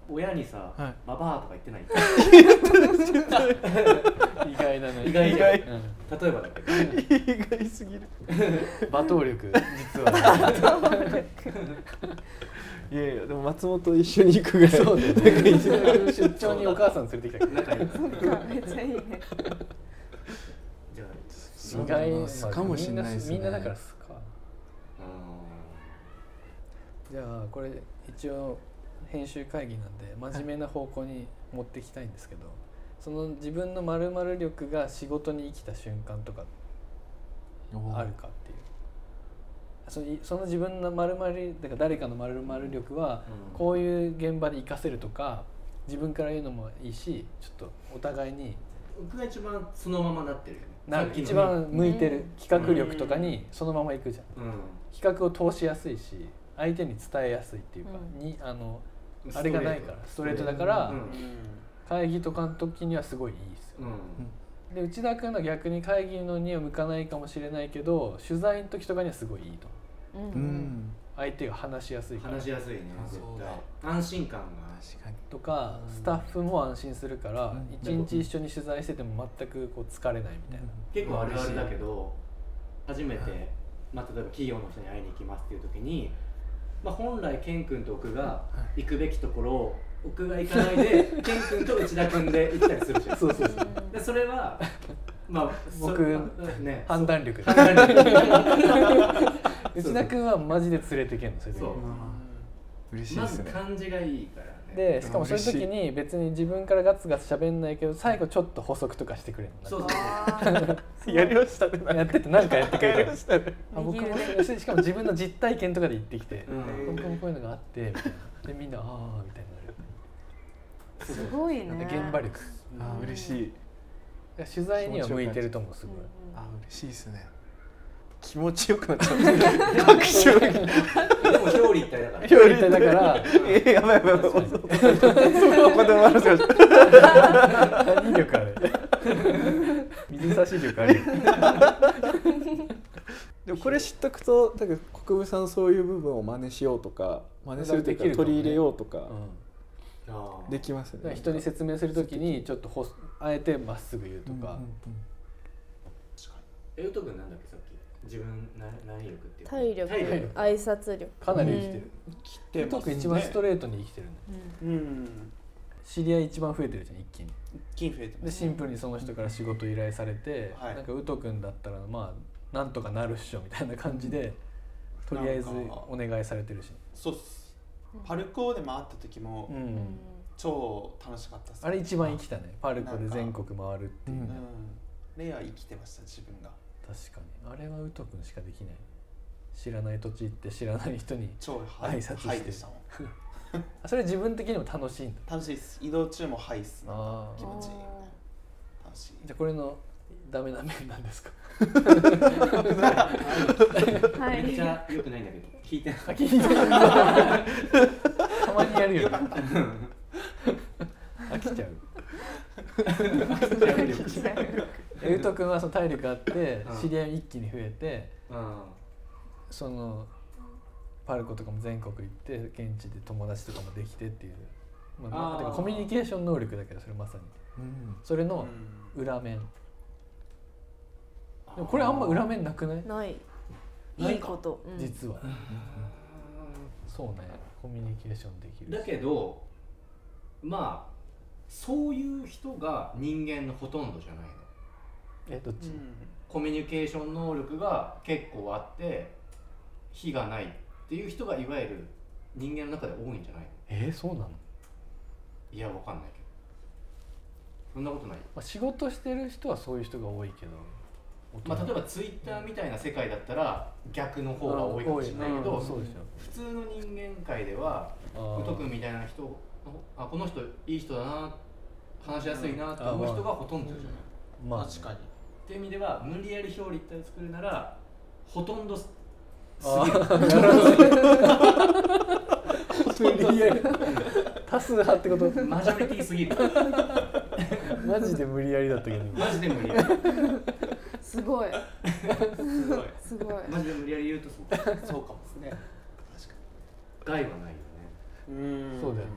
Speaker 6: 親にさ、
Speaker 1: はい
Speaker 6: ババアとか言ってない
Speaker 3: 意外だね
Speaker 6: 意外
Speaker 3: 意
Speaker 6: 意
Speaker 3: 外
Speaker 6: 外、例えばだけど
Speaker 1: 意外すぎる
Speaker 3: うん罵倒力実は
Speaker 1: いやいやでも松本と一緒に行くぐらい
Speaker 3: そうだよね 出張にお母さん連れてきたけど
Speaker 6: 仲いい
Speaker 5: めっちゃいいね
Speaker 6: じゃあ
Speaker 1: そ
Speaker 3: 意
Speaker 1: うだ
Speaker 3: 外まあ
Speaker 1: な素かもしれないですね
Speaker 3: みんなみんなだからスカ
Speaker 6: う
Speaker 3: じゃあこれ一応編集会議なんで真面目な方向に持っていきたいんですけどその自分の〇〇力が仕事に生きた瞬間とかあるかっていうそのいその自分の〇〇だから誰かの〇〇力は
Speaker 6: うん
Speaker 3: こういう現場で活かせるとか自分から言うのもいいしちょっとお互いに
Speaker 6: ん僕が一番そのままなってるよね
Speaker 3: な
Speaker 6: さっきの
Speaker 3: 一番向いてる
Speaker 5: ね
Speaker 3: 企画力とかにそのままいくじゃん
Speaker 6: う
Speaker 3: 企画を通しやすいし相手に伝えやすいっていうか、
Speaker 5: うん
Speaker 3: にあの
Speaker 6: ん
Speaker 3: あれがないからストレートだから、
Speaker 6: うん
Speaker 3: 会議とかの時にはすごいいいですよ、
Speaker 6: うん
Speaker 3: で内田君の逆に会議のには向かないかもしれないけど取材の時とかにはすごいいいと
Speaker 5: う
Speaker 1: うんん
Speaker 3: 相手が話しやすいから
Speaker 6: 話しやすいね
Speaker 4: あ
Speaker 6: 絶
Speaker 4: そうだ
Speaker 6: 対安心感が
Speaker 1: 確かに
Speaker 3: とか
Speaker 1: うん
Speaker 3: スタッフも安心するから
Speaker 1: うん
Speaker 3: 一日一緒に取材してても全くこう疲れないみたいな、
Speaker 6: 結構あるあるだけど初めて、まあ、例えば企業の人に会いに行きますっていう時に、まあ、本来ケン君と奥が行くべきところを奥が行かな いでケン君と内田君で行ったりするじゃん
Speaker 3: そうそう
Speaker 6: で それはまあそ
Speaker 3: 僕
Speaker 6: ね
Speaker 3: 判断 力
Speaker 6: 判断力
Speaker 3: 内田君はマジで連れてけんのそういう時
Speaker 6: そう
Speaker 1: 嬉しい
Speaker 6: ま
Speaker 1: です
Speaker 6: ず
Speaker 1: ね
Speaker 6: 感じがいいからね
Speaker 3: でしかもそういう時
Speaker 1: 嬉
Speaker 3: に別に自分からガツガツ喋んないけど最後ちょっと補足とかしてくれるの
Speaker 6: そうそう
Speaker 5: あー
Speaker 1: やりましたね
Speaker 3: やってて何かやってくれる
Speaker 1: したね
Speaker 3: あ僕もしかも自分の実体験とかで言ってきて
Speaker 6: そう、うん
Speaker 3: 僕もこういうのがあってみたいなでみんなああみたいになる
Speaker 5: すごい
Speaker 3: なん
Speaker 5: ね
Speaker 3: か現場力
Speaker 1: あー嬉しい
Speaker 3: 取材には向いてると思うす
Speaker 5: うん
Speaker 3: ごい、
Speaker 5: うん
Speaker 1: あー嬉しいですね気持ちよくなっちゃった拍手を
Speaker 6: でも表裏一体 だから
Speaker 3: 表裏一体だから
Speaker 1: えーやばいやばいやばいそこで終わらせました
Speaker 3: 何力ある水差し力ある
Speaker 1: でもこれ知っとくとだから国分さんのそういう部分を真似しようとか真似するというか
Speaker 3: できるかもね
Speaker 1: 取り入れようとか
Speaker 6: あー
Speaker 1: できます
Speaker 3: だから
Speaker 1: ね
Speaker 3: 人に説明するときにちょっとほあえてまっすぐ言うと
Speaker 1: うんうん
Speaker 3: か、
Speaker 6: えうとくんなんだっけさっき自分な何力っていう
Speaker 5: 体力
Speaker 6: 体力
Speaker 5: 挨拶力
Speaker 3: かなり生きてる、う
Speaker 4: 来てますね
Speaker 3: 特に一番ストレートに生きてるね
Speaker 5: うん
Speaker 4: うん
Speaker 3: 知り合い一番増えてるじゃん一気に
Speaker 4: 金増えてま
Speaker 3: ですシンプルにその人から仕事依頼されて、
Speaker 4: はい
Speaker 3: なんかウト君だったらまあなんとかなるっしょみたいな感じで、とりあえず
Speaker 4: なんか
Speaker 3: お願いされてるし、
Speaker 4: そうっすパルコーで回った時も
Speaker 3: うん
Speaker 5: うん
Speaker 4: 超楽しかったっす
Speaker 3: あれ一番生きたねパルコ
Speaker 4: な
Speaker 3: で
Speaker 4: んか
Speaker 3: 全国回るっていう、
Speaker 1: うん
Speaker 4: う
Speaker 3: 確
Speaker 4: んレア生きてました自分が
Speaker 3: かにあれはウト君しかできない知らない土地行って知らない人に
Speaker 4: 超
Speaker 3: 挨拶して
Speaker 4: はいでしたもん
Speaker 3: あそれ自分的にも楽しいんだ
Speaker 4: 楽しいっす移動中もはいっすね
Speaker 3: あ
Speaker 4: 気持ちいいみたいな楽しい
Speaker 3: じゃあこれのダメな面なん ですか
Speaker 5: は
Speaker 6: めっ
Speaker 5: い
Speaker 6: ちゃ良くないんだけど聞いてない
Speaker 3: あ聞いてる たまにやるよ ね飽きちゃう
Speaker 6: 体力
Speaker 3: えウト君はその体力あって
Speaker 6: うん
Speaker 3: 知り合い一気に増えて
Speaker 6: うん
Speaker 3: そのパルコとかも全国行って現地で友達とかもできてっていう、まあ、まあ
Speaker 6: あー
Speaker 3: てかコミュニケーション能力だけどそれまさに
Speaker 1: うん
Speaker 3: それ
Speaker 4: う
Speaker 3: の
Speaker 4: ん
Speaker 3: 裏面でもこれあんま裏面なくない
Speaker 5: ない
Speaker 6: ないか
Speaker 5: いいこと、うん、
Speaker 3: 実はそうねコミュニケーションできるし
Speaker 6: だけどまあそういう人が人間のほとんどじゃないの
Speaker 3: えどっち、
Speaker 6: コミュニケーション能力が結構あって非がないっていう人がいわゆる人間の中で多いんじゃないの
Speaker 3: えーそうなの、
Speaker 6: いやわかんないけどそんなことない
Speaker 3: まあ、仕事してる人はそういう人が多いけど
Speaker 6: まあ、例え
Speaker 3: ば
Speaker 6: ばツイッターみたいな世界だったら逆の方が多いかもしれないけど、
Speaker 3: そうでし
Speaker 6: 普通の人間界では
Speaker 3: ょ
Speaker 6: 宇都君みたいな人のあこの人いい人だな話しやすいなって思う人がほとんどじゃない、っ
Speaker 3: まあ
Speaker 4: 確かに
Speaker 6: ていう意味では無理やり表裏一体を作るならほとんどす
Speaker 3: あ
Speaker 6: ぎる
Speaker 3: ーなるほどね無理やり多数派ってこと
Speaker 6: マジョリティすぎる
Speaker 3: マジで無理やりだったけど
Speaker 6: マジで無理やり
Speaker 5: すごい
Speaker 6: すごい
Speaker 5: すごい
Speaker 6: マジで無理やり言うとそう害
Speaker 4: そうかもですね
Speaker 6: はないよね
Speaker 4: うん
Speaker 3: そうだよね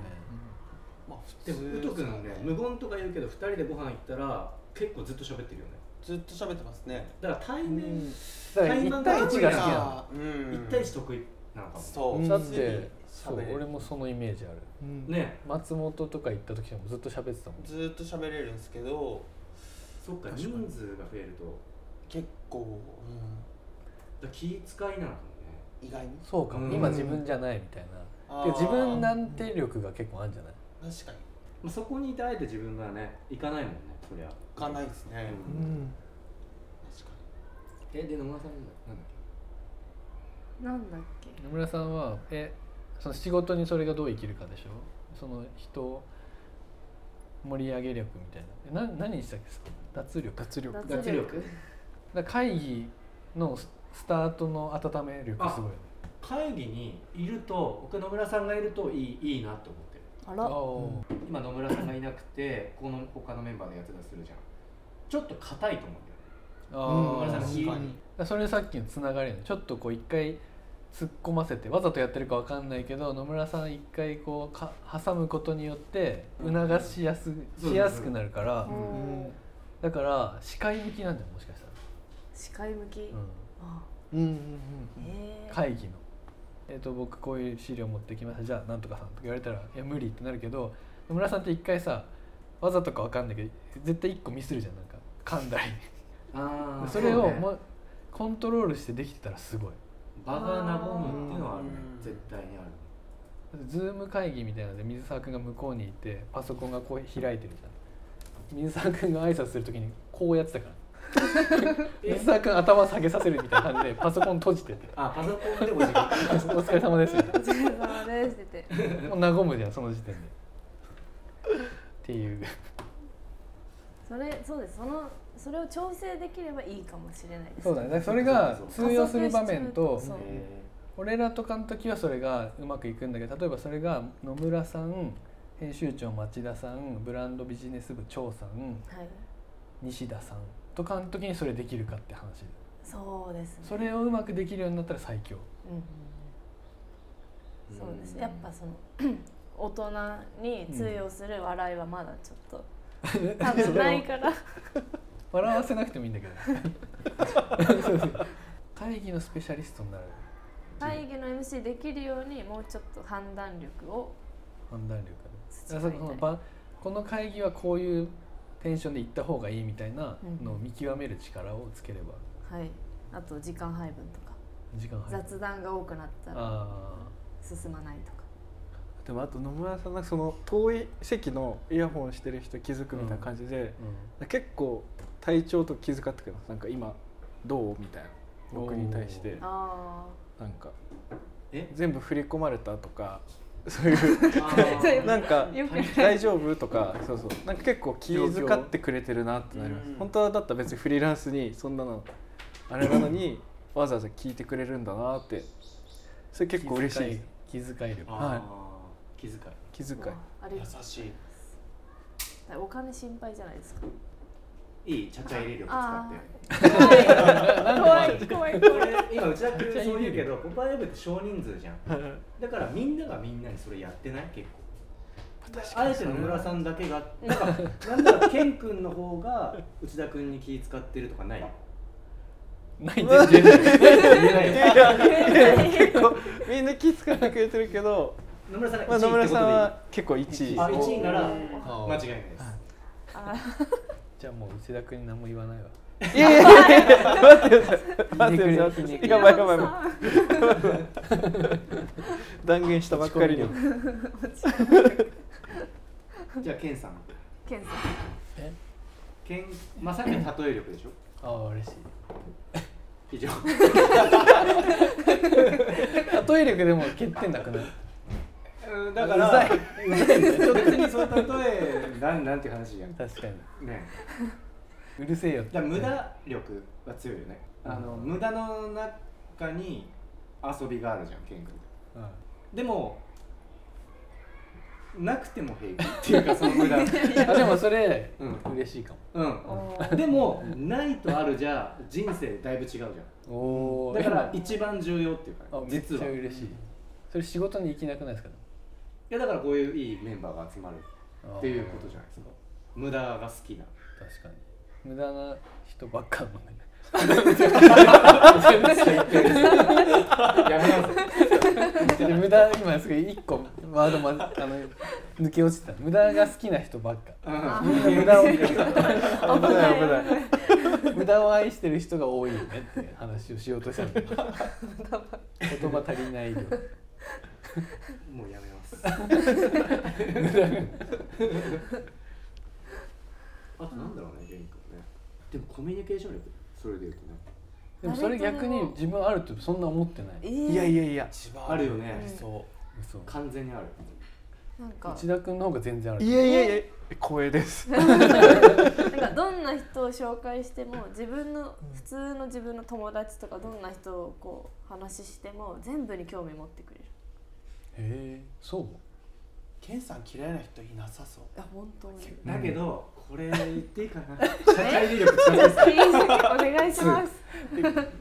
Speaker 4: まあ普
Speaker 6: でも
Speaker 4: 通
Speaker 6: 宇都君ね無言とか言うけど2人でご飯行ったら結構ずっと喋ってるよね
Speaker 4: ずっと喋ってますね
Speaker 6: だから対面、
Speaker 3: だから1対1が好きなの
Speaker 4: あーうん
Speaker 6: 一対一得意なのかも、
Speaker 4: そう
Speaker 3: だっ
Speaker 4: 普通に
Speaker 3: てそう
Speaker 4: 喋れ
Speaker 3: 俺
Speaker 4: る
Speaker 3: もそのイメージある
Speaker 6: ね
Speaker 3: 松本とか行った時でもずっと喋ってたもん
Speaker 4: ずーっと喋れるんですけど
Speaker 6: そっか
Speaker 4: 確か
Speaker 6: 人
Speaker 4: に
Speaker 6: 数が増えると
Speaker 4: 結構、
Speaker 6: だから気使いなのかもね
Speaker 4: うん、意外に
Speaker 3: そうか
Speaker 6: うん
Speaker 3: も今自分じゃないみたい
Speaker 4: あ
Speaker 3: な
Speaker 4: ー
Speaker 3: で自分なんて力が結構あるんじゃない
Speaker 4: 確かに
Speaker 6: まあそこにいてあえて自分がね行かないもんねそりゃ
Speaker 4: いかないですね、
Speaker 6: うん
Speaker 4: 確か
Speaker 6: えで野村さんなんだっ
Speaker 5: なんだっけ
Speaker 3: 野村さんはえその仕事にそれがどう生きるかでしょその人を盛り上げ力みたいなえな何したっけ脱力
Speaker 1: 脱力
Speaker 5: 脱
Speaker 6: 脱
Speaker 5: 力
Speaker 6: 力
Speaker 3: だから会議のススタートの温め力すごいよね
Speaker 6: け会議にいると僕野村さんがいるといいいいなって思ってる
Speaker 5: あ
Speaker 3: あ
Speaker 5: ら
Speaker 3: ー
Speaker 6: 今野村さんがいなくてこの他のメンバーでやってたりするじゃんちょっと硬いと思うんだよね
Speaker 3: あ
Speaker 6: うん
Speaker 3: ー
Speaker 6: 野村さん
Speaker 4: に確かに
Speaker 3: だからそれさっきのつながりのちょっとこう一回突っ込ませてわざとやってるかわかんないけど野村さん一回こうか挟むことによって
Speaker 4: うん
Speaker 3: 促しやす,、
Speaker 6: そう
Speaker 3: しやすくなるから、
Speaker 5: うん
Speaker 1: うん
Speaker 3: だから視界向きなんじゃんもしかした
Speaker 5: 視界向き、
Speaker 3: ら、うん
Speaker 5: あ
Speaker 1: うんうん
Speaker 5: えー、
Speaker 3: 会議の。えー、と僕こういう資料持ってきましたじゃあなんとかさんとか言われたら「いや無理」ってなるけど野村さんって一回さわざとかわかんないけど絶対一個ミスるじゃんなんか噛んだり
Speaker 6: あー
Speaker 3: それ
Speaker 6: う
Speaker 3: を
Speaker 6: ね
Speaker 3: もうコントロールしてできてたらすごい
Speaker 6: 場が和むっていうのはあるね
Speaker 4: うん
Speaker 6: 絶対にある
Speaker 3: ズーム会議みたいなので水沢君が向こうにいてパソコンがこう開いてるじゃん水沢君が挨拶するときにこうやってたから 水沢君頭下げさせるみたいな感じでパソコン閉じてて
Speaker 6: あパソコンでも自
Speaker 3: 「
Speaker 6: 分
Speaker 3: お疲れ様です」みたい
Speaker 5: お疲れ様ですって言って
Speaker 3: なもう和むじゃんその時点でっていう
Speaker 5: それそうですそのそれを調整できればいいかもしれないです
Speaker 3: そうだねだからそれが通用する場面と
Speaker 5: そう
Speaker 6: え
Speaker 3: 俺らとかの時はそれがうまくいくんだけど例えばそれが野村さん編集長町田さんブランドビジネス部長さん
Speaker 5: はい
Speaker 3: 西田さんとかの時にそれできるかって話
Speaker 5: そうですね
Speaker 3: それをうまくできるようになったら最強
Speaker 5: うん
Speaker 6: ー
Speaker 5: そうです
Speaker 6: ん
Speaker 5: やっぱその 大人に通用する笑いはまだちょっと、多分ないから
Speaker 3: 笑わせなくてもいいんだけ ど そうそう会議のスペシャリストになる
Speaker 5: 会議の MC できるようにもうちょっと判断力を
Speaker 3: 判断力がねだ
Speaker 5: 培いた
Speaker 3: からその
Speaker 5: い
Speaker 3: 場この会議はこういうテンションで行った方がいいみたいなのを見極める力をつければ
Speaker 5: はいあと時間配分とか
Speaker 3: 時間入る
Speaker 5: 雑談が多くなったら
Speaker 3: あ
Speaker 5: 進まないとか
Speaker 1: でもあと野村さんなんかその遠い席のイヤホンしてる人気づくみたいな感じで、結構体調と気遣ってくれますなんか今どうみたいな僕に対して
Speaker 5: あ
Speaker 1: なんか
Speaker 6: え
Speaker 1: 全部振り込まれたとかそういう
Speaker 6: あ ー
Speaker 1: なんか
Speaker 5: あよく
Speaker 6: 大
Speaker 1: 大丈夫とかそうそうなんか結構気遣ってくれてるなってなります、
Speaker 4: うん
Speaker 1: 本当はだったら別にフリーランスにそんなのあれなのにわざわざ聞いてくれるんだなってそれ結構嬉しい
Speaker 3: 気遣い気遣い力
Speaker 1: はい
Speaker 6: あー気遣い
Speaker 1: 気遣い
Speaker 5: ーあり
Speaker 4: に
Speaker 5: が
Speaker 4: 優
Speaker 5: とう
Speaker 4: しい
Speaker 5: お金心配じゃないですか
Speaker 6: いいちゃちゃ入れ力使っ
Speaker 5: 怖い怖い
Speaker 6: てこれ今内田君そう言うけどポパイライブって少人数じゃんだからみんながみんなにそれやってない結構あえて野村さんだけが なんかなんならケン君の方が内田君に気使ってるとかない
Speaker 3: ないって言えない
Speaker 6: 言えない
Speaker 1: い
Speaker 6: よ
Speaker 1: や結構みんな気使ってくれてるけど、
Speaker 6: 野村さん
Speaker 1: ま
Speaker 6: が
Speaker 1: あ、野
Speaker 6: 1
Speaker 1: 村
Speaker 6: 位ってこ
Speaker 1: さ
Speaker 6: と
Speaker 1: ん
Speaker 6: でいい
Speaker 1: は結構1位
Speaker 6: あ1位なら
Speaker 3: あ
Speaker 6: 間違いないです
Speaker 5: あ
Speaker 3: じゃあもう内田君に何も言わないわ
Speaker 1: いやいやいやいや待ってください待ってください待ってくださいやばいやばいやばい断言したばっかりに
Speaker 3: 落ち込むよ
Speaker 6: じゃあケンさん
Speaker 5: ケンさん
Speaker 3: え
Speaker 6: ケンまさに例え力でしょ
Speaker 3: ああ嬉しい
Speaker 6: 以上
Speaker 3: 例え力でも欠点なくない
Speaker 6: うんだから
Speaker 3: う ざい
Speaker 6: ちょっと別にその例えなんなんていう話じゃんね
Speaker 3: 確かにうるせえよって
Speaker 6: だから無駄力は強いよねあの無駄の中に遊びがあるじゃんケン君
Speaker 3: うん
Speaker 6: でもなくても平気っていうかその 無駄
Speaker 3: あでもそれ、
Speaker 6: うん
Speaker 3: 嬉しいか
Speaker 6: うん
Speaker 5: お
Speaker 6: でもないとあるじゃ人生だいぶ違うじゃん
Speaker 3: もお
Speaker 6: だから一番重要っていうか、
Speaker 3: あ
Speaker 6: ね、
Speaker 3: めっち
Speaker 6: 実
Speaker 3: ゃ
Speaker 6: はい
Speaker 3: 嬉しいそれ仕事に行きなくないですか
Speaker 6: やだからこういういいメンバーが集まるっていうことじゃ
Speaker 3: ゃ
Speaker 6: ないですか無駄が好きな
Speaker 3: 確かに無駄な人ばっかもね
Speaker 6: やめなさい
Speaker 3: で 無駄今すごい一個ワードまあの抜け落ちてた無駄が好きな人ばっ か
Speaker 6: うん
Speaker 3: 無駄を
Speaker 1: 危ない危ない
Speaker 3: 無駄を愛してる人が多いよねっていう話をしようと したんだけど言葉足りないよ
Speaker 6: もうやめ ますあとなんだろうねジェイ君ねでもコミュニケーション力それでいうとね
Speaker 3: でもそれ逆に自分あるってそんな思ってない
Speaker 5: え
Speaker 1: いやい
Speaker 5: や
Speaker 1: やいや
Speaker 6: あるよね
Speaker 3: そう嘘
Speaker 6: 完全にある
Speaker 5: なんか
Speaker 3: 内田君の方が全然ある
Speaker 1: いやいやいや光栄です
Speaker 5: なんかどんな人を紹介しても自分の普通の自分の友達とかどんな人をこう話しても全部に興味持ってくれる
Speaker 3: へえそう
Speaker 4: ケンさん嫌いな人いなさそう
Speaker 5: いや本当に
Speaker 6: だけどこれ言っていいか な
Speaker 5: 社会力お願いします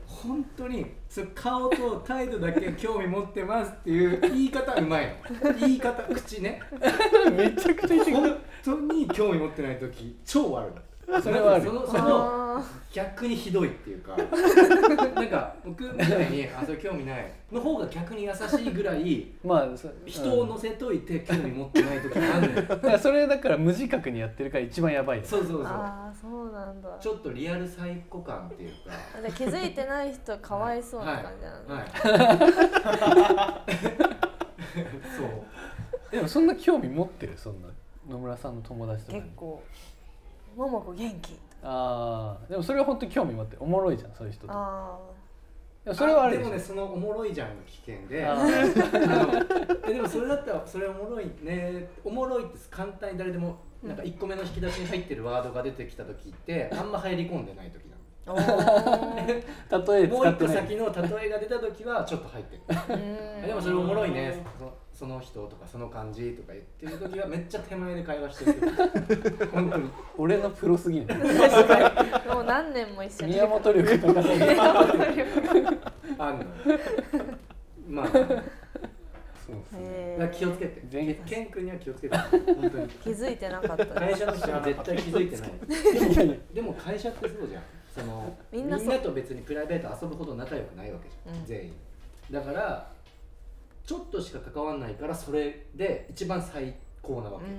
Speaker 6: 本当にその顔と態度だけ興味持ってますっていう言い方うまい の言い方口ね
Speaker 3: めちゃくちゃ言ってくる
Speaker 6: 本当に興味持ってない時超悪い
Speaker 3: それはある
Speaker 6: なんか そのその
Speaker 5: あ
Speaker 6: 逆にひどいっ ていうかなんか僕みたいに「あそれ興味ない」の方が逆に優しいぐらい
Speaker 3: まあそ
Speaker 6: 人を乗せといて興味持ってない時があるのよ
Speaker 3: うんだからそれだから無自覚にやってるから一番やばい
Speaker 6: そうそ
Speaker 5: ー
Speaker 6: うそう
Speaker 5: あーそうなんだ
Speaker 6: ちょっとリアルサイコ感っていうか
Speaker 5: あじゃあ気づいてない人かわいそうな感じなの、
Speaker 6: はい、はい、 そう
Speaker 3: でもそんな興味持ってるそんな野村さんの友達とかに
Speaker 5: 結構「ももこ元気」
Speaker 3: ああでもそれは本当に興味持ってるおもろいじゃんそういう人って
Speaker 5: あ
Speaker 3: でもそれはあるでし
Speaker 6: でも
Speaker 3: ょ
Speaker 6: ねそのおもろいじゃんの危険で
Speaker 3: あ
Speaker 6: あ
Speaker 3: ー
Speaker 6: のえでもそれだったらそれおもろいねおもろいって簡単に誰でもなんか1個目の引き出しに入ってるワードが出てきた時ってあんま入り込んでない時なの
Speaker 5: あおー
Speaker 3: 例え
Speaker 6: もう
Speaker 3: 使っ
Speaker 6: 一
Speaker 3: て
Speaker 6: 個
Speaker 3: ない
Speaker 6: 先の例えが出た時はちょっと入ってる
Speaker 5: うーん
Speaker 6: でもそれおもろいねそのその人とかその感じとか言ってる時はめっちゃ手前で会話して る本当に
Speaker 3: 俺のプロすぎる
Speaker 5: 確かにもう何年も一緒に
Speaker 3: 宮本力高さ
Speaker 5: 宮本力
Speaker 6: あんのまあだか
Speaker 3: そうですね
Speaker 5: へ
Speaker 6: ら
Speaker 5: ー
Speaker 6: 気をつけて
Speaker 3: 全員
Speaker 6: ケン君には気をつけて本当に
Speaker 5: 気づいてなかった
Speaker 6: 会
Speaker 5: ね
Speaker 6: 社の人は絶対気づいてない
Speaker 3: いやいや
Speaker 6: でも会社ってそうじゃんそのみ
Speaker 5: み
Speaker 6: ん
Speaker 5: ん
Speaker 6: な
Speaker 5: なそう
Speaker 6: と別にプライベート遊ぶほど仲良くないわけじゃん、
Speaker 5: うん
Speaker 6: 全員だからちょっとしか関わんないからそれで一番最高なわ
Speaker 5: うん
Speaker 6: け、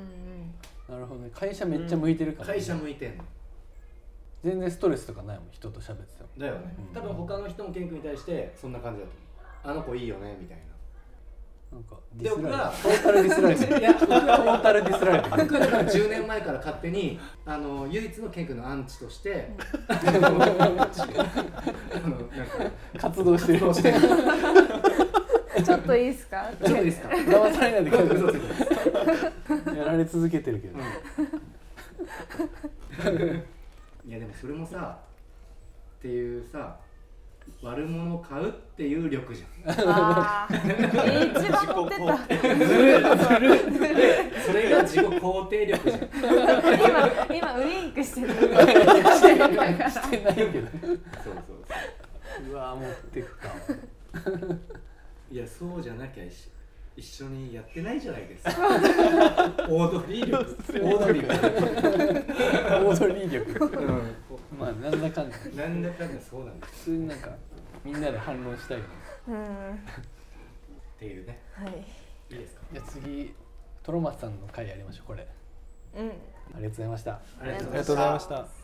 Speaker 5: うん
Speaker 3: なるほどね会社めっちゃ向いてるから、
Speaker 6: 会社向いてんの
Speaker 3: 全然ストレスとかないもん人と喋ってても
Speaker 6: だよね、
Speaker 3: うん
Speaker 6: 多分他の人もケン君に対してそんな感じだと思うあの子いいよねみたいな
Speaker 3: なんかデ
Speaker 6: で
Speaker 3: ィス
Speaker 6: 僕
Speaker 3: ら
Speaker 6: は
Speaker 3: れてるトータルディスられてる
Speaker 6: いや僕
Speaker 3: ト
Speaker 6: は
Speaker 3: ータルディスられてる
Speaker 6: 僕はだから10年前から勝手にあの唯一のケン君のアンチとして、 あのなんか
Speaker 3: 活動 してる
Speaker 6: そうしてるちょっ
Speaker 5: うんちょっといいです か
Speaker 6: といい ですか
Speaker 3: 騙されないでくだ
Speaker 6: 嘘ついてます
Speaker 3: さいやられ続けてるけど、
Speaker 6: いやでもそれもさっていうさ悪者を買うっていう力じゃん
Speaker 5: あー一番持ってた
Speaker 6: それが自己肯定力じゃん
Speaker 5: 今今ウインクしてる
Speaker 3: してないけど
Speaker 6: そうそうそう
Speaker 3: うわー持ってくか
Speaker 6: いやそうじゃなきゃいし一緒にやってないじゃない ですかオードリー 力オードリー
Speaker 3: オードリー力
Speaker 1: うん
Speaker 3: まあなんだかんだ
Speaker 6: 力なんだかんだそうなんです
Speaker 3: 普通になんかみんなで反論したいよね
Speaker 5: うん
Speaker 6: っていうね
Speaker 5: はい
Speaker 6: いいですか
Speaker 3: じゃあ次トロマツさんの回やりましょうこれあ
Speaker 5: うん
Speaker 3: りがとうございました
Speaker 6: ありがとうござ
Speaker 1: あり
Speaker 6: います
Speaker 1: がとうございました